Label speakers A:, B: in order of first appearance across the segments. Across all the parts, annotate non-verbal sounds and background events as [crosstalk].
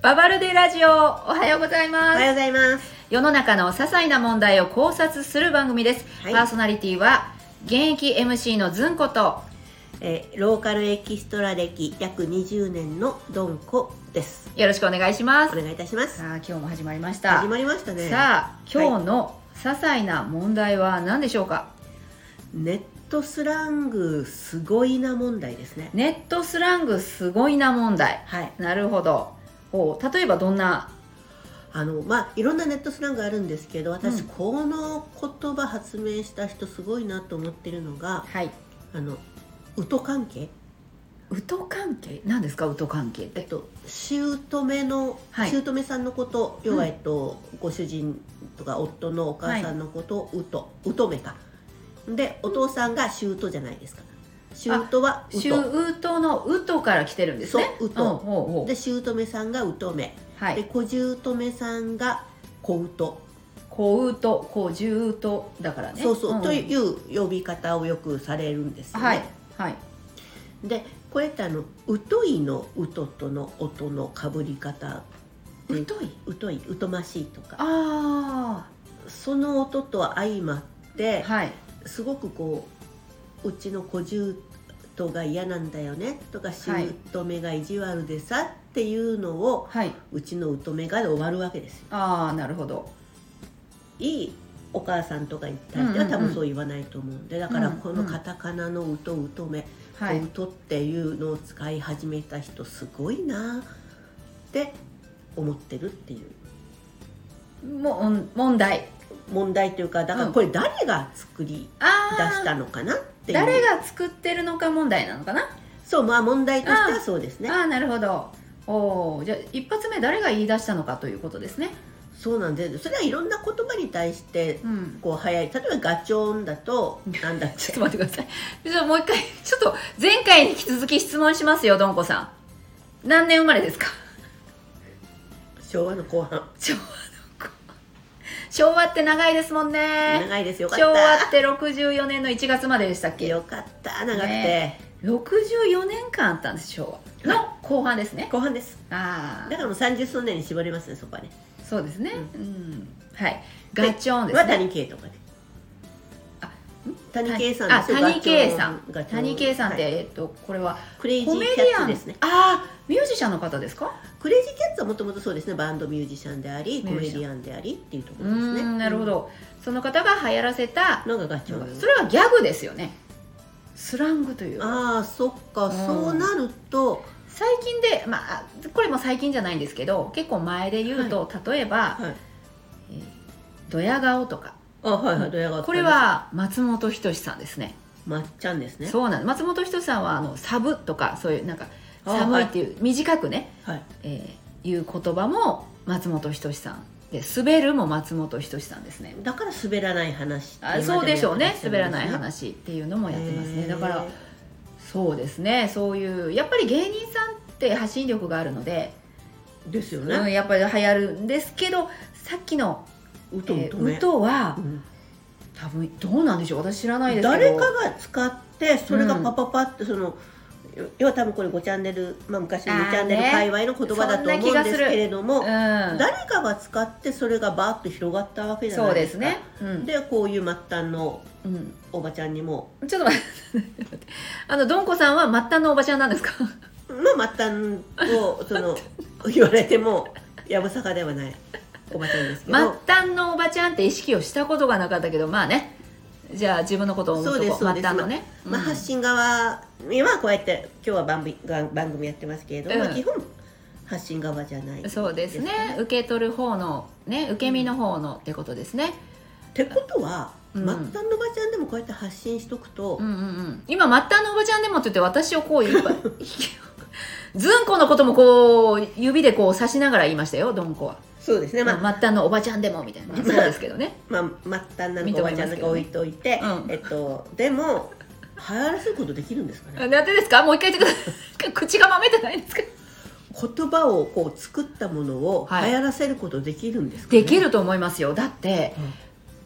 A: ババルデラジオおはようござい
B: お
A: ま
B: はよう
A: す
B: ございます。
A: 世の中の些細な問題を考察する番組です、
B: はい
A: パーソナリティは現役 MC のずんこと
B: えーローカルエキストラ歴約20年のドンコです。
A: よろしくお願いしま
B: お
A: す
B: 願いいたします。
A: さあ今日も始まりました
B: 始まりましたね。
A: さあ今日の些細な問題は何でしょうか
B: ネットスラングすごいな問題ですね。
A: ネットスラングすごいな問題
B: はい。
A: なるほどお例えばどんな
B: あのまあいろんなネットスラングあるんですけど、私、
A: うん
B: この言葉発明した人すごいなと思ってるのが
A: はい
B: あのウト関係。
A: ウト関係何ですかウト関係っ
B: えってと、姑の、
A: はい
B: 姑さんのこと要
A: う
B: は、
A: ん
B: えっとご主人とか夫のお母さんのことをうと、うとめかでお父さんがしゅうとじゃないですかしゅうとはう
A: シュ
B: と
A: ウトのウトから来てるんですね
B: そうウト
A: んおうおう
B: でしゅうとめさんがうとめ、
A: は
B: で
A: い
B: こじゅうとめさんがこうと、
A: 小ウト小十ウトだからね
B: そうそう、
A: ん
B: という呼び方をよくされるんですよね、
A: はいはい
B: でこれってあのうといのうととの音のかぶり方で
A: ウトいう
B: というとましいとか
A: あ
B: その音とは相まって、
A: あはい
B: すごくこううちの小姑が嫌なんだよねとか
A: はい
B: 姑が意地悪でさっていうのを
A: はいう
B: ちの姑がで終わるわけですよ
A: ああなるほど
B: いいお母さんとかに対して
A: うんう
B: は
A: んう
B: 多
A: ん
B: 分そう言わないと思うんでだから
A: うんうん
B: このカタカナの「うとうとめ」
A: はい
B: こうと」っていうのを使い始めた人すごいなって思ってるっていう
A: もん問題
B: 問題というかだか
A: う
B: ら
A: ん
B: これ誰が作り
A: あ
B: 出
A: あ
B: したのかなっていう
A: 誰が作ってるのか問題なのかな、
B: そうまあ問題としてはそうですね
A: ああなるほどおーじゃあ一発目誰が言い出したのかということですね
B: そうなんですそれはいろんな言葉に対して
A: うん
B: こう早い例えばガチョーンだとなん
A: [laughs]
B: だっ
A: ちょっ
B: け
A: と待ってくださいじゃあもう一回ちょっと前回に引き続き質問しますよどんこさん何年生まれですか [laughs]
B: 昭和の後半
A: 昭和の子昭和って長いですもんね
B: 長いですよかっ
A: 昭和ったて64年の1月まででしたっけ
B: よかった長くて、
A: ね64年間あったんです昭和の後半ですね
B: 後半です
A: ああ
B: だからもう30数年に絞れますねそこはね
A: そうですねう、
B: うん
A: はいガチョンです
B: は
A: ね
B: 谷圭とかね
A: あ
B: 谷圭さん
A: あ
B: ですよ
A: 谷圭さん
B: ガチョーンガチョーン
A: 谷圭さんって、
B: はい
A: えっとこれは
B: クレイジ
A: コ
B: ー
A: メ
B: キ
A: デ
B: ャッ
A: ィア
B: ツ
A: ン
B: ですね
A: ああミュージシャンの方ですか
B: クレイジーキャッツはもともとそうですねバンドミュージシャンであり
A: ミ
B: コ
A: ュー
B: メ
A: ジ
B: デ
A: シャン
B: ィアンでありっていうとこ
A: う
B: ろですね
A: ーんなるほど、その方が流行らせた
B: のがガチョーン
A: それはギャグですよねスラングというか
B: ああそっか、
A: うん
B: そうなると
A: 最近で、まあ、あこれも最近じゃないんですけど結構前で言うと、例えば、
B: はい
A: えードヤ顔とか
B: あはいはいドヤ顔
A: これは松本人志さんですね
B: まっちゃんですね
A: そうなの松本人志さんはあのサブとかそういうなんか
B: あー
A: 寒いっていう、短くね、
B: はい
A: えーいう言葉も松本人志さんで滑るも松本人志さんですね
B: だから滑らない話
A: あそうでしょうね滑らない
B: も
A: 話っていうのもや
B: や
A: っ
B: ってて
A: ま
B: ますす
A: ね
B: ね
A: だから
B: へ
A: そうですねそういうやっぱり芸人さんって発信力があるので、
B: ーですよ
A: う
B: ね
A: ん、やっぱり流行るんですけどさっきの「
B: うとう
A: え
B: と
A: ー
B: ね
A: うと」は
B: うん
A: 多分どうなんでしょう私知らないですけど
B: 誰かが使ってそれがパパパってその要は多分これ5チャンネルまあ昔の
A: あーね
B: 2チャンネル界隈の言葉だと思うんですけれども
A: うん、
B: 誰かが使ってそれがバーッと広がったわけじゃ
A: そ
B: な
A: う
B: い
A: で
B: ですすか
A: ね、うん
B: でこういう末端の
A: うん
B: おばちゃんにも
A: ちょっと待って待って [laughs] あのどんこさんは末端のおばちゃんなんですか
B: ま [laughs] あ末端をそ
A: [laughs]
B: の言われてもやぶさかではないおばちゃんですけ
A: 末
B: ど
A: 端のおばちゃんって意識をしたことがなかったけどまあねじゃあ自分のことを思うとこ
B: そうですそうです
A: 末端のね、
B: まあ、
A: うん
B: 発信側にはこうやって今日は番組が番組やってますけれども、
A: うん
B: まあ基本発信側じゃない
A: そうですね
B: かね
A: 受け取る方のね受け身の方のってことですね、
B: ってことは、
A: うん
B: 末端のおばちゃんでもこうやって発信しとくと、
A: うんうんうん、今末端のおばちゃんでもって言って私をこうい [laughs] っぱいずんこのこともこう指でこう指しながら言いましたよどんこは、
B: そうですね、まあ
A: まあ末端のおばちゃんでもみたいな、
B: まあ
A: そうですけどね
B: まあ、末端なのかおばちゃんなのか置いといて、
A: 認めますけどねうん
B: えっと、でも流行らせることできるんですかね
A: なんでですかもう一回言ってください [laughs] 口がまめてないんですか
B: 言葉をこう作ったものを流
A: はい
B: 行らせることできるんですか、ね
A: できると思いますよだって
B: うん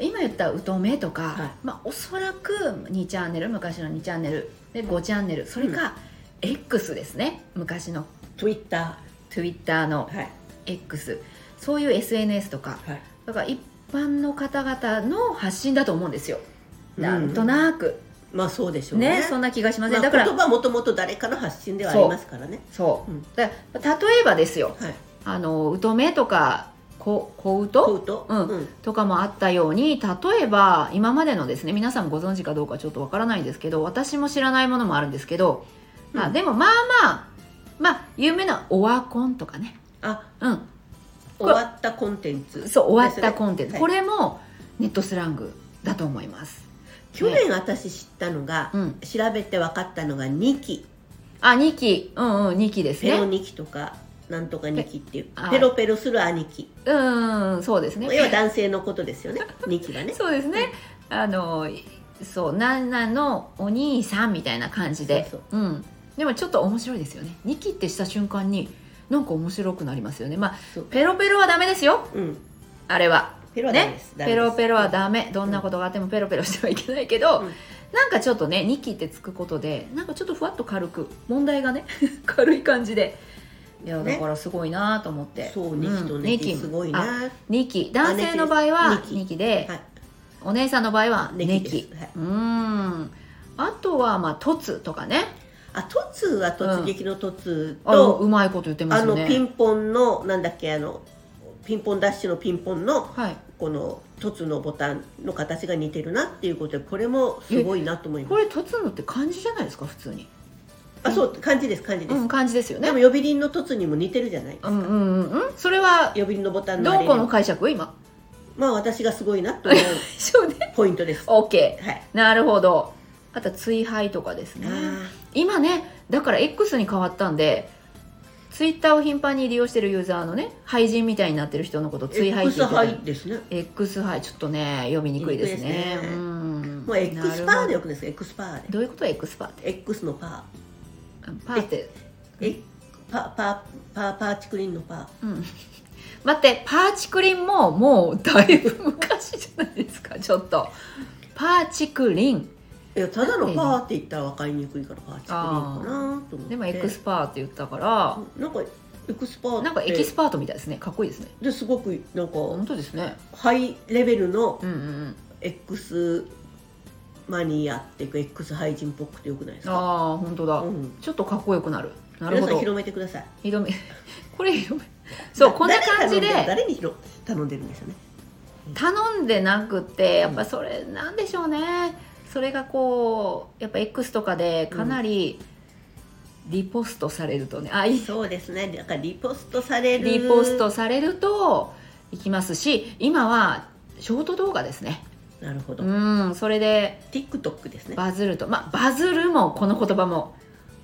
A: 今言った「うとめ」とか、
B: はい
A: まあ、おそらく2チャンネル昔の2チャンネルで5チャンネルそれか X ですね昔の
B: Twitter
A: Twitter の
B: はい
A: X そういう SNS とか
B: はい
A: だから一般の方々の発信だと思うんですよ
B: うん
A: なんとなく、
B: まあそうでしょうね
A: ねそんな気がしません、
B: まあ
A: だから
B: 言葉はもともと誰かの発信ではありますからね
A: そう、
B: うん
A: だから例えばですよ
B: はい
A: あのうとめとかこ小う
B: 買
A: と
B: うと
A: うんとかもあったように例えば今までのですね皆さんご存知かどうかちょっとわからないんですけど私も知らないものもあるんですけど、まあ
B: うん
A: でもまあまあまあ有名なオワコンとかね
B: あ
A: うん
B: 終わったコンテンツ
A: そう終わったコンテンツ、
B: はい
A: これもネットスラングだと思います
B: 去年私知ったのが、
A: うん
B: 調べて分かったのが2期
A: あ2期うんうん2期です
B: ペロ
A: ね
B: 2期とか、なんとか2期っていう
A: あ
B: ペロペロする兄貴
A: うんうんうんそうですね
B: 要は男性のことです
A: [laughs]
B: よね2期はね
A: そうですね。あのそうナナのお兄さんみたいな感じで、
B: そう
A: うん。でもちょっと面白いですよね。ニキってした瞬間になんか面白くなりますよね。まあ
B: そう
A: ペロペロはダメですよ。
B: うん
A: あれは。
B: ペロはダメ
A: ね
B: です、
A: ペロペロは
B: ダ
A: ダメどんなことがあってもペロペロしてはいけないけど、
B: うん
A: なんかちょっとねニキってつくことでなんかちょっとふわっと軽く問題がね [laughs] 軽い感じでいや
B: ね
A: だからすごいなと思って、
B: メそう2期と
A: うん
B: 2期すごいね、
A: あニキ男性の場合
B: あ
A: は
B: ネキです
A: ニキで、
B: はい
A: お姉さんの場合はネキ
B: ネキですはいう
A: ーんあとはまあトツとかね
B: あ突は突撃の突
A: あの
B: と、
A: うまいこと言ってま
B: あ
A: すよ
B: の
A: ね
B: ピンポンのなんだっけあのピンポンダッシュのピンポンの
A: はい、
B: この凸のボタンの形が似てるなっていうことでこれもすごいなと思い
A: こ
B: ます
A: れトツのって漢字じゃないですか普通に
B: あそう漢字です漢字です、
A: うん漢字ですよね
B: でも呼び鈴の凸にも似てるじゃないで
A: う
B: すか、
A: んうんうんうんそれは
B: 呼び鈴のボタンのあ
A: ど
B: れ
A: こ
B: に
A: の解釈今
B: まあ私がすごいなと思う
A: そうね
B: ポイントですは
A: OK
B: い
A: なるほどあとは追廃とかですね
B: あ
A: 今ねだから X に変わったんでツイッターを頻繁に利用してるユーザーのね廃人みたいになってる人のことを追廃って言ってたり
B: X イですね
A: X ハイちょっとね読みにくいですね
B: 読みにくいですね
A: うん
B: もう X
A: なるほ
B: パー
A: ど
B: でよくないですか X パーで
A: どういうこと X パーって
B: X のパ
A: パーって、
B: ーえパパパパーチクリンのパー
A: うん、待ってパーチクリンももうだいぶ昔じゃないですかちょっとパーチクリン
B: いやただのパーって言ったら分かりにくいからパーチクリンかなと思って
A: でもエクスパーって言ったから
B: なんかエクスパー
A: なんかエキスパートみたいですねかっこいいですね
B: ですごくなんか
A: 本当ですね
B: ハイレベルの
A: うんうんうん
B: X マニアっていうか X 廃人っぽくてよくないですか
A: ああ本当だ、
B: うん
A: ちょっとかっこよくなるなるほ
B: 皆さん
A: ど
B: 広めてください
A: 広め [laughs] これ広めそうこんな感じで
B: 誰に頼んでる誰に頼んでるんですよね
A: 頼んでなくてやっぱそれなんでしょうね、それがこうやっぱ X とかでかなりリポストされるとね、あいい
B: そうですねなんかリポストされる
A: リポストされるといきますし今はショート動画ですね
B: なるほど、
A: うんそれで
B: TikTok ですね
A: バズるとまあバズるもこの言葉も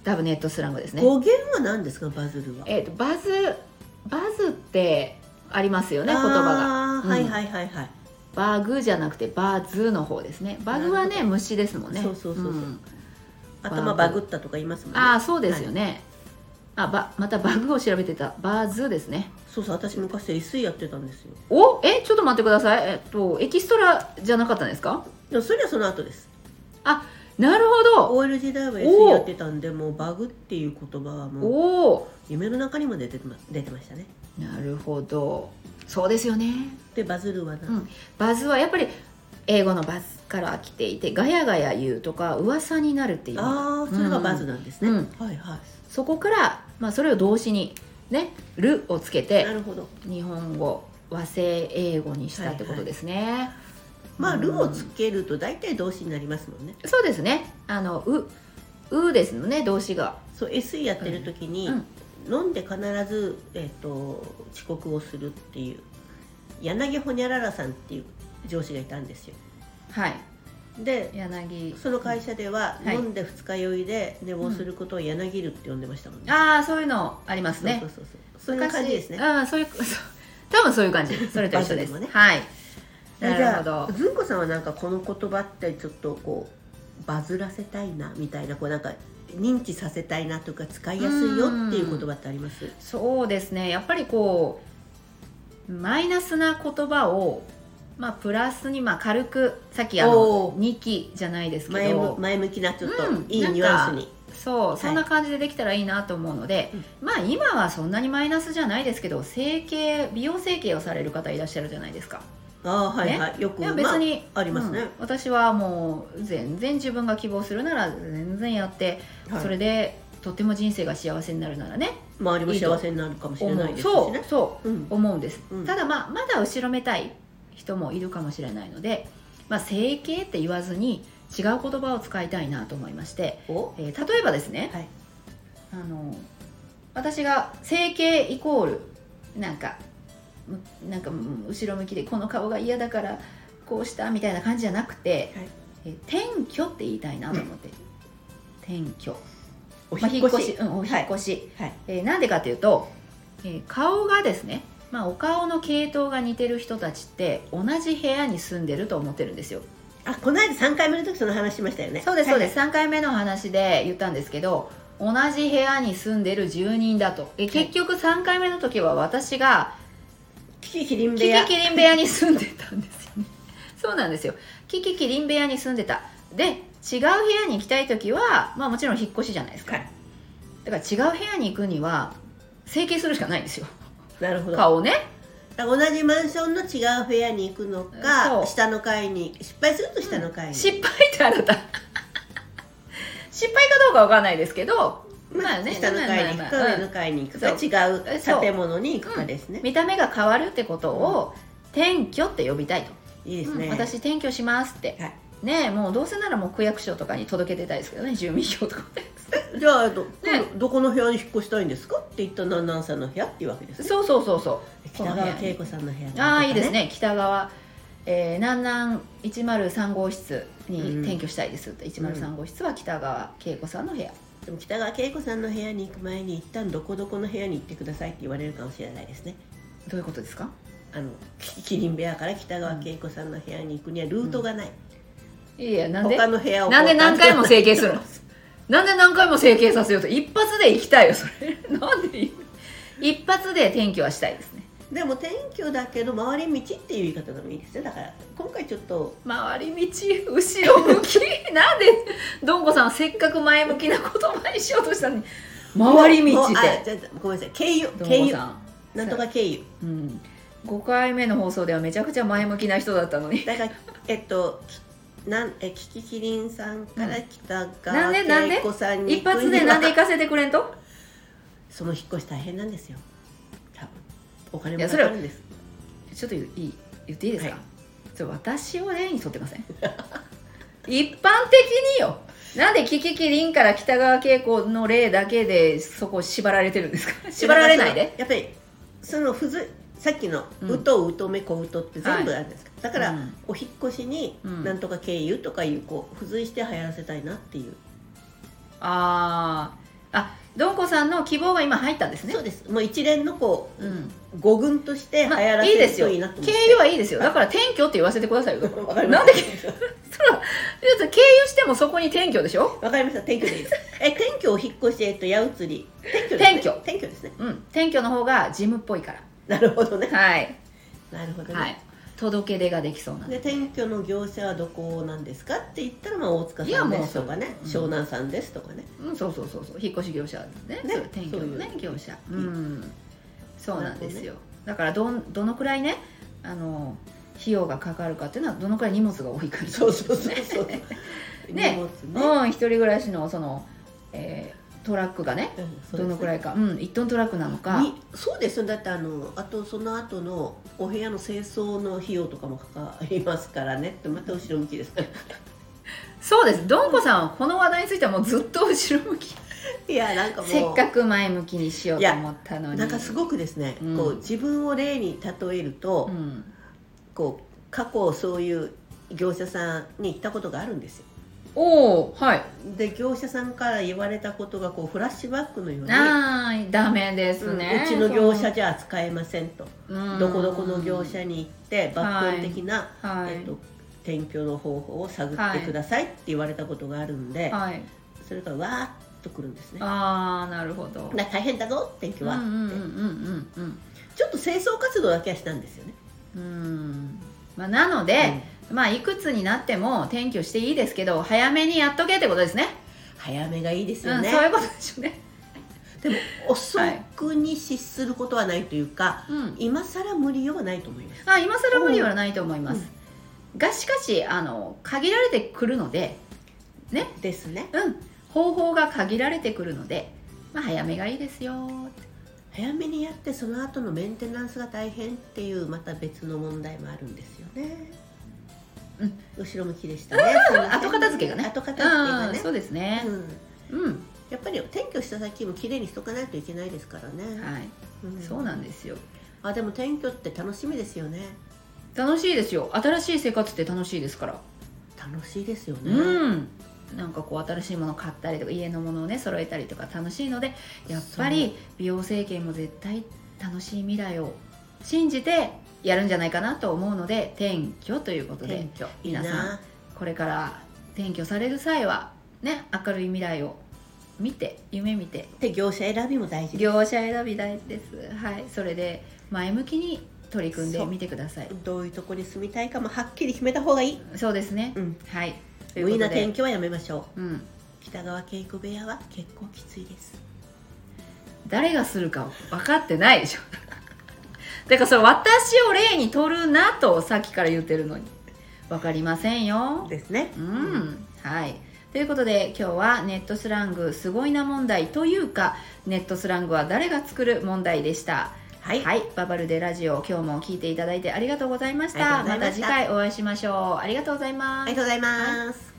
A: 多分ネットスラングですね
B: 語源は何ですかバズるは
A: えっ、とバズバズってありますよね言葉が
B: あー
A: うん
B: はいはいはいはい、
A: バグじゃなくてバズの方ですねバグは
B: なる
A: ね
B: ほ
A: 虫ですもんね
B: そうそうそうそうん頭バグったとか言いますもんね
A: ああそうですよね、あばまたバグを調べてたバーズですね
B: そうそう私昔 SE やってたんですよ
A: おえちょっと待ってくださいえっとエキストラじゃなかったんですか
B: でもそれはその後です
A: なるほど
B: OL 時代は
A: お
B: SE
A: ー
B: やってたんでもうバグっていう言葉はもう
A: おお
B: 夢の中にも出てま出てましたね
A: なるほどそうですよね
B: でバズるはな、
A: うんバズはやっぱり英語のバズから来ていてガヤガヤ言うとか噂になるっていう
B: ああそれがバズなんですね、
A: うん
B: はいは
A: そこから、まあ、それを動詞にね「る」をつけ
B: いな
A: て
B: るほど
A: 日本語和製英語にしたってことですね、
B: まあ「
A: うん
B: る」をつけると大体動詞になりますもんね
A: そうですね。あのううですのね動詞が。
B: そう SE やってる時に、
A: うん
B: 飲んで必ず、えっと遅刻をするっていう柳ほにゃららさんっていう上司がいたんですよ
A: はい。
B: で
A: 柳。
B: その会社では、
A: はい
B: 飲んで二日酔いで寝坊することを柳るって呼んでましたもんね、
A: ああそういうのありますね
B: そう。そうそうそうそういう感じですね
A: 昔うんそう [laughs] いうそう多分そういう感じ。それと一緒です。
B: 場所でもね
A: はい。
B: え
A: な
B: じ
A: るほ
B: ゃあ
A: ど。
B: ずんこさんはなんかこの言葉ってちょっとこうバズらせたいなみたいなこうなんか認知させたいなというか使いやすいよっていう言葉ってあります
A: そうですね。やっぱりこうマイナスな言葉をまあプラスにまあ軽くさっきあの
B: おー
A: 二期じゃないですけ
B: 前む
A: ど。
B: 前向きなちょっと
A: うん
B: いいニュアンスに、
A: そうそんな感じでできたらいいなと思うので、まあ今はそんなにマイナスじゃないですけど整形美容整形をされる方いらっしゃるじゃないですか
B: ああはいはい、よく
A: いや別に、
B: まあ、ありますね
A: うん、私はもう全然自分が希望するなら全然やって、
B: はい
A: それでとっても人生が幸せになるならね
B: 周りも幸せになるかもしれな
A: 思う
B: いですし
A: そう
B: ね、
A: そう
B: ん、
A: 思うんです、
B: うん
A: ただまあまだ後ろめたい人もいるかもしれないので、まあ、整形って言わずに違う言葉を使いたいなと思いまして、
B: お
A: えー例えばですね、
B: はい
A: あの私が整形イコールなんかむなんかうん後ろ向きでこの顔が嫌だからこうしたみたいな感じじゃなくて、
B: はい
A: えー転居って言いたいなと思って、転居
B: お
A: まあ、
B: 引っ越し、
A: うん、お引っ越し、
B: はい
A: えーなんでかというと、えー顔がですね、まあ、お顔の系統が似てる人たちって同じ部屋に住んでると思ってるんですよ
B: あこの間3回目の時その話しましたよね、
A: そうですそうですす、3回目のお話で言ったんですけど同じ部屋に住んでる住人だとえ結局3回目の時は私が
B: キキキリ
A: キ
B: ン部
A: キ
B: 屋
A: キリン部屋に住んでたんですよね [laughs] そうなんですよキキキリン部屋に住んでたで違う部屋に行きたい時はまあもちろん引っ越しじゃないですか、
B: はい
A: だから違う部屋に行くには整形するしかないんですよ
B: なるほど
A: 顔をね
B: だから同じマンションの違う部屋に行くの
A: そ
B: か
A: う
B: 下の階に失敗すると下の階に、
A: 失敗ってあなた [laughs] 失敗かどうかわかんないですけどまあね
B: 下の階に行く
A: まあまあま
B: か
A: あ
B: 上の階に行くか
A: そ
B: 違う
A: そう
B: 建物に行くかですね、
A: 見た目が変わるってことを転居って呼びたいと
B: いいですね、
A: うん私転居しますって、
B: はい
A: ねえもうどうせならもう区役所とかに届けてたいですけどね [laughs] 住民票とかで
B: じゃあど,、
A: ね
B: どこの部屋に引っ越したいんですかって言ったナンナンさんの部屋っていうわけですね
A: そうそうそうそう
B: 北
A: この部
B: 川
A: 屋に
B: 景子さんの部屋だと
A: あ
B: か
A: あいいですね北側、えー、南南103号室に転居したいですって、103号室は北川景子さんの部屋
B: でも北川景子さんの部屋に行く前に一旦どこどこの部屋に行ってくださいって言われるかもしれないですね
A: どういうことですか
B: あのきキリン部屋から北川景子さんの部屋に行くにはルートがない、
A: いやいやなんで
B: 他の部屋を
A: なんで何回も整形する
B: の
A: の [laughs] なんで何回も整形させようと一発で行きたいよそれなんで一発で転居はしたいですね
B: でも転居だけど回り道っていう言い方でもいいですねだから今回ちょっと
A: 回り道後ろ向き [laughs] なんでどんこさんせっかく前向きな言葉にしようとしたのに回り道っ
B: もうあ
A: て
B: じゃあごめんなさい経由
A: どん
B: 経
A: こ
B: 由
A: さん
B: なんとか経由
A: うん、5回目の放送ではめちゃくちゃ前向きな人だったのに
B: だからえっときなんえキキキリンさんから北
A: な
B: 川
A: んでなんで
B: 景子さんに
A: 一
B: 行くに
A: 発
B: は
A: でなんで行かせてくれんと
B: その引っ越し大変なんですよ多分お金
A: い
B: も
A: や
B: か
A: そ
B: か
A: れは
B: るんです
A: [laughs] ちょっといい言っていいですか、
B: はい
A: ちょっと私を例にとってません一般的によなんでキキキリンから北川景子の例だけでそこ縛られてるんですか縛られないで
B: やっぱりそのふずさっきの
A: うん
B: 「うとうとめこうと」って全部
A: は
B: あるんですか、だから、
A: うん
B: お引っ越しに
A: うん
B: なんとか経由とかいうこう付随して流行らせたいなっていう、
A: あーあどんこさんの希望が今入ったんですね
B: そうですもう一連のこう、
A: うん
B: 語群として流
A: まあ
B: 行ら
A: いい
B: せ
A: で
B: る
A: すよ
B: と
A: 経
B: いいなと思って、
A: 由はいいですよだから転居って言わせてくださいよだか
B: [laughs] わからりま
A: なん
B: した
A: でそら経由してもそこに転居でしょ
B: わかりました転居でいいですえ転居を引っ越しえっと八移り転居ですね
A: 転居
B: 転居ですね
A: うん転居の方が事務っぽいから
B: なるほどね
A: はい、
B: なるほどね、
A: はい、届け出ができそうなんで
B: で転居の業者はどこなんですかって言ったら、まあ、大塚
A: いや
B: さん
A: もう
B: ですとかね
A: うん
B: 湘南さんですとかね、
A: うん、そうそうそうそう引っ越し業者ね
B: ね
A: そう転居のね
B: そういう
A: 業者う
B: うん
A: んそうなんですよ、だからどんどのくらいねあの費用がかかるかっていうのはどのくらい荷物が多いか
B: そうそうそうそう
A: [laughs] ね
B: [laughs] 荷物
A: うん
B: ね、
A: 一人暮らしのその、えートラックがねどのくら
B: い
A: いかうん1トントラックなのか
B: にそうですよだってあのあとその後のお部屋の清掃の費用とかもかかりますからねってまた後ろ向きですから
A: そうですどんこさんはこの話題についてはもうずっと後ろ向き
B: いやなんかも
A: [laughs]
B: う
A: せっかく前向きにしようと思ったのに
B: なんかすごくですね、
A: うん
B: こう自分を例に例えると、
A: うん
B: こう過去そういう業者さんに行ったことがあるんですよ
A: おおはい
B: で業者さんから言われたことがこうフラッシュバックのように
A: あーダメですね、
B: うんうちの業者じゃ扱えませんと、
A: うん
B: どこどこの業者に行って抜本的な、
A: はい、
B: えっと、転居の方法を探ってくださいって言われたことがあるんで、
A: はい、
B: それがわーっとくるんですね。
A: ああなるほど
B: な大変だぞ転居
A: うんう
B: は、
A: んうん
B: って
A: うん
B: ちょっと清掃活動だけはしたんですよね。
A: うんうんまあ、なので、まあいくつになっても転居していいですけど早めにやっとけってことですね
B: うん早めがいいです
A: う
B: よ
A: ん、
B: ね、
A: そういうことでしょうね。
B: でも遅くに失することはないというか、
A: うん、
B: 今更無理よはないと思います
A: あ今更無理はないと思います。がしかしあの限られてくるので、
B: ですね
A: うん、方法が限られてくるので、まあ、早めがいいですよ。
B: 早めにやってその後のメンテナンスが大変っていうまた別の問題もあるんですよね、
A: うん
B: 後ろ向きでしたねすいません
A: 後片付けがね
B: 後片付けが
A: うん、
B: ね
A: そうですね
B: う。ん
A: うん、
B: やっぱり転居した先も綺麗にしとかないといけないですからね、
A: はい、
B: うん
A: そうなんですよ。
B: あでも転居って楽しみですよね
A: 楽しいですよ。新しい生活って楽しいですから。
B: 楽しいですよね、
A: うん。なんかこう新しいもの買ったりとか家のものをね揃えたりとか楽しいのでやっぱり美容整形も絶対楽しい未来を信じてやるんじゃないかなと思うので転居ということ
B: 転
A: で
B: 居いい
A: 皆さん
B: な
A: これから転居される際はね明るい未来を見て夢見て
B: で業者選びも大事です
A: 業者選び大事ですはいそれで前向きに取り組んでみてください
B: どういうとこに住みたいかもはっきり決めた方がいい
A: そうですね
B: うん
A: はいという
B: 無
A: こ
B: 理な
A: と
B: 転
A: で
B: 居はやめましょう
A: うん
B: 北川景子部屋は結構きついです
A: 誰がするか分かってないでしょ [laughs] だからそれ私を例にとるなとさっきから言ってるのに分かりませんよ
B: ですね
A: うん、はいということで今日はネットスラングすごいな問題というかネットスラングは誰が作る問題でした
B: はい、
A: はい、ババルデラジオ今日も聞いていただいてありがとうございまし
B: あ
A: た
B: りがとうござい
A: ま
B: ま
A: た
B: した
A: 次回お会いしましょうありがとうございます
B: ありがとうございます